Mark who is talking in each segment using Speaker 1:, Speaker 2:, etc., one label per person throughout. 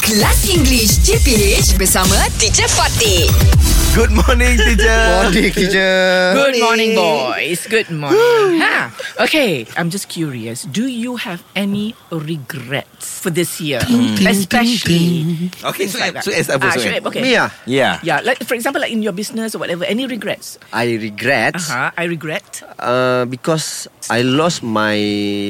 Speaker 1: Kelas English CPH bersama Teacher Fatih.
Speaker 2: Good morning teacher
Speaker 3: Morning teacher
Speaker 4: Good morning, boys. Good morning. Huh. Okay, I'm just curious. Do you have any regrets for this year, especially?
Speaker 2: Okay
Speaker 4: things
Speaker 2: so
Speaker 4: like that.
Speaker 2: so as apa
Speaker 4: Ah,
Speaker 2: so
Speaker 4: Shoaib, okay.
Speaker 3: Me ah
Speaker 2: Yeah
Speaker 4: Yeah, like for example, like in your business or whatever, any regrets?
Speaker 3: I regret
Speaker 4: Uh-huh. I regret.
Speaker 3: uh, Because I lost my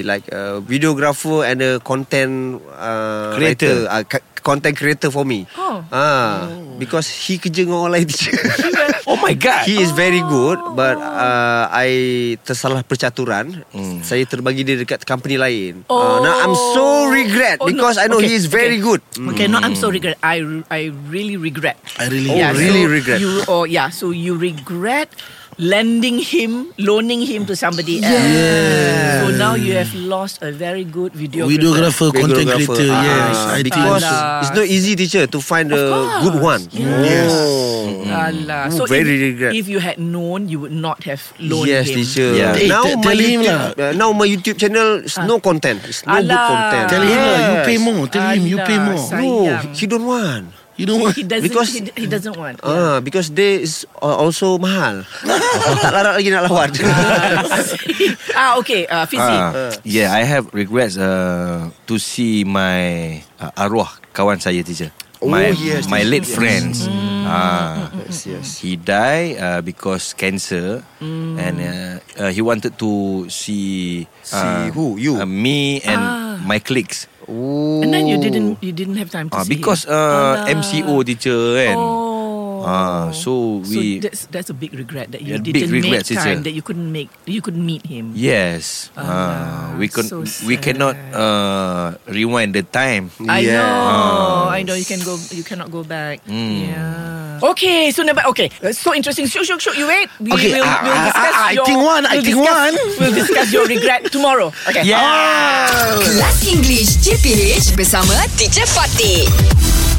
Speaker 3: Like uh, videographer And a content uh,
Speaker 2: Creator.
Speaker 3: writer, uh, c- Content creator for me
Speaker 4: Oh.
Speaker 3: Ah, Because he kerja dengan orang lain teacher
Speaker 2: Oh my god
Speaker 3: He is very good But
Speaker 4: Oh.
Speaker 3: uh, I tersalah percaturan
Speaker 4: Hmm.
Speaker 3: Saya terbagi dia dekat company lain Ah, Now I'm so regret
Speaker 4: Oh, no.
Speaker 3: Because I know
Speaker 4: Okay,
Speaker 3: he is very
Speaker 4: okay.
Speaker 3: good
Speaker 4: Okay, no, I'm so regret. I re- I really regret.
Speaker 2: Mm. I really
Speaker 3: Oh,
Speaker 2: regret.
Speaker 3: really
Speaker 4: so
Speaker 3: regret.
Speaker 4: You oh yeah, so you regret lending him, loaning him to somebody else. So now you have lost a very good video.
Speaker 5: Videographer, content
Speaker 3: Videographer.
Speaker 5: creator.
Speaker 3: Ah,
Speaker 5: yes, I think.
Speaker 3: because
Speaker 4: Alah.
Speaker 3: it's not easy, teacher, to find a
Speaker 4: course.
Speaker 3: good one.
Speaker 4: Yes.
Speaker 3: Oh.
Speaker 4: Alah. So
Speaker 3: Very
Speaker 4: if,
Speaker 3: regret.
Speaker 4: if you had known, you would not have loaned
Speaker 3: Yes,
Speaker 4: him.
Speaker 3: teacher.
Speaker 2: Yeah.
Speaker 5: Eh,
Speaker 3: Now
Speaker 5: te-
Speaker 3: my
Speaker 5: tell him
Speaker 3: YouTube,
Speaker 5: lah. Ah.
Speaker 3: uh, now my YouTube channel is no content. It's no good
Speaker 4: Alah.
Speaker 3: content.
Speaker 5: Tell him lah, you pay more. Tell him you pay
Speaker 4: Alah,
Speaker 5: more.
Speaker 4: sayang.
Speaker 3: No, he don't want.
Speaker 5: You know what?
Speaker 4: He doesn't.
Speaker 3: Because-
Speaker 4: he, he doesn't want.
Speaker 5: Ya.
Speaker 3: Ah, because they is uh, also mahal. tak larat lagi nak lawan.
Speaker 4: ah, okay. Uh, Fizi.
Speaker 2: Ah, yeah, I have regrets uh, to see my uh, arwah kawan saya teacher.
Speaker 3: Oh,
Speaker 2: my
Speaker 3: yes,
Speaker 2: my
Speaker 3: yes,
Speaker 2: late
Speaker 3: yes.
Speaker 2: friends.
Speaker 4: Mm.
Speaker 2: Ah,
Speaker 3: yes, yes.
Speaker 2: he die uh, because cancer,
Speaker 4: Mm.
Speaker 2: and uh, uh, he wanted to see
Speaker 3: See who? You?
Speaker 2: uh, me and
Speaker 4: Ah.
Speaker 2: my cliques.
Speaker 3: Oh.
Speaker 4: and then you didn't. You didn't have time to
Speaker 2: Ah,
Speaker 4: see.
Speaker 2: because
Speaker 4: him.
Speaker 2: uh, MCO teacher and
Speaker 4: Oh.
Speaker 2: ah, so we
Speaker 4: So that's that's a big regret that you
Speaker 2: Yeah, big
Speaker 4: didn't
Speaker 2: regret,
Speaker 4: make time
Speaker 2: teacher.
Speaker 4: that you couldn't make you couldn't meet him.
Speaker 2: yes, ah,
Speaker 4: Alah,
Speaker 2: we can
Speaker 4: so
Speaker 2: we
Speaker 4: sad.
Speaker 2: cannot uh, rewind the time.
Speaker 4: I
Speaker 3: Yes.
Speaker 4: know. I know you can go you cannot go back.
Speaker 5: Mm.
Speaker 4: Yeah. Okay, so number okay. uh, So interesting. Shoot, shoot, shoot. You wait. We
Speaker 5: Okay,
Speaker 4: will
Speaker 5: ah,
Speaker 4: we'll
Speaker 5: ah,
Speaker 4: discuss
Speaker 5: ah, I
Speaker 4: your,
Speaker 5: think one, I
Speaker 4: we'll
Speaker 5: think
Speaker 4: discuss-
Speaker 5: one.
Speaker 4: We'll discuss your regret tomorrow. Okay.
Speaker 2: Yeah.
Speaker 1: Kelas English CPH bersama Teacher Fatih.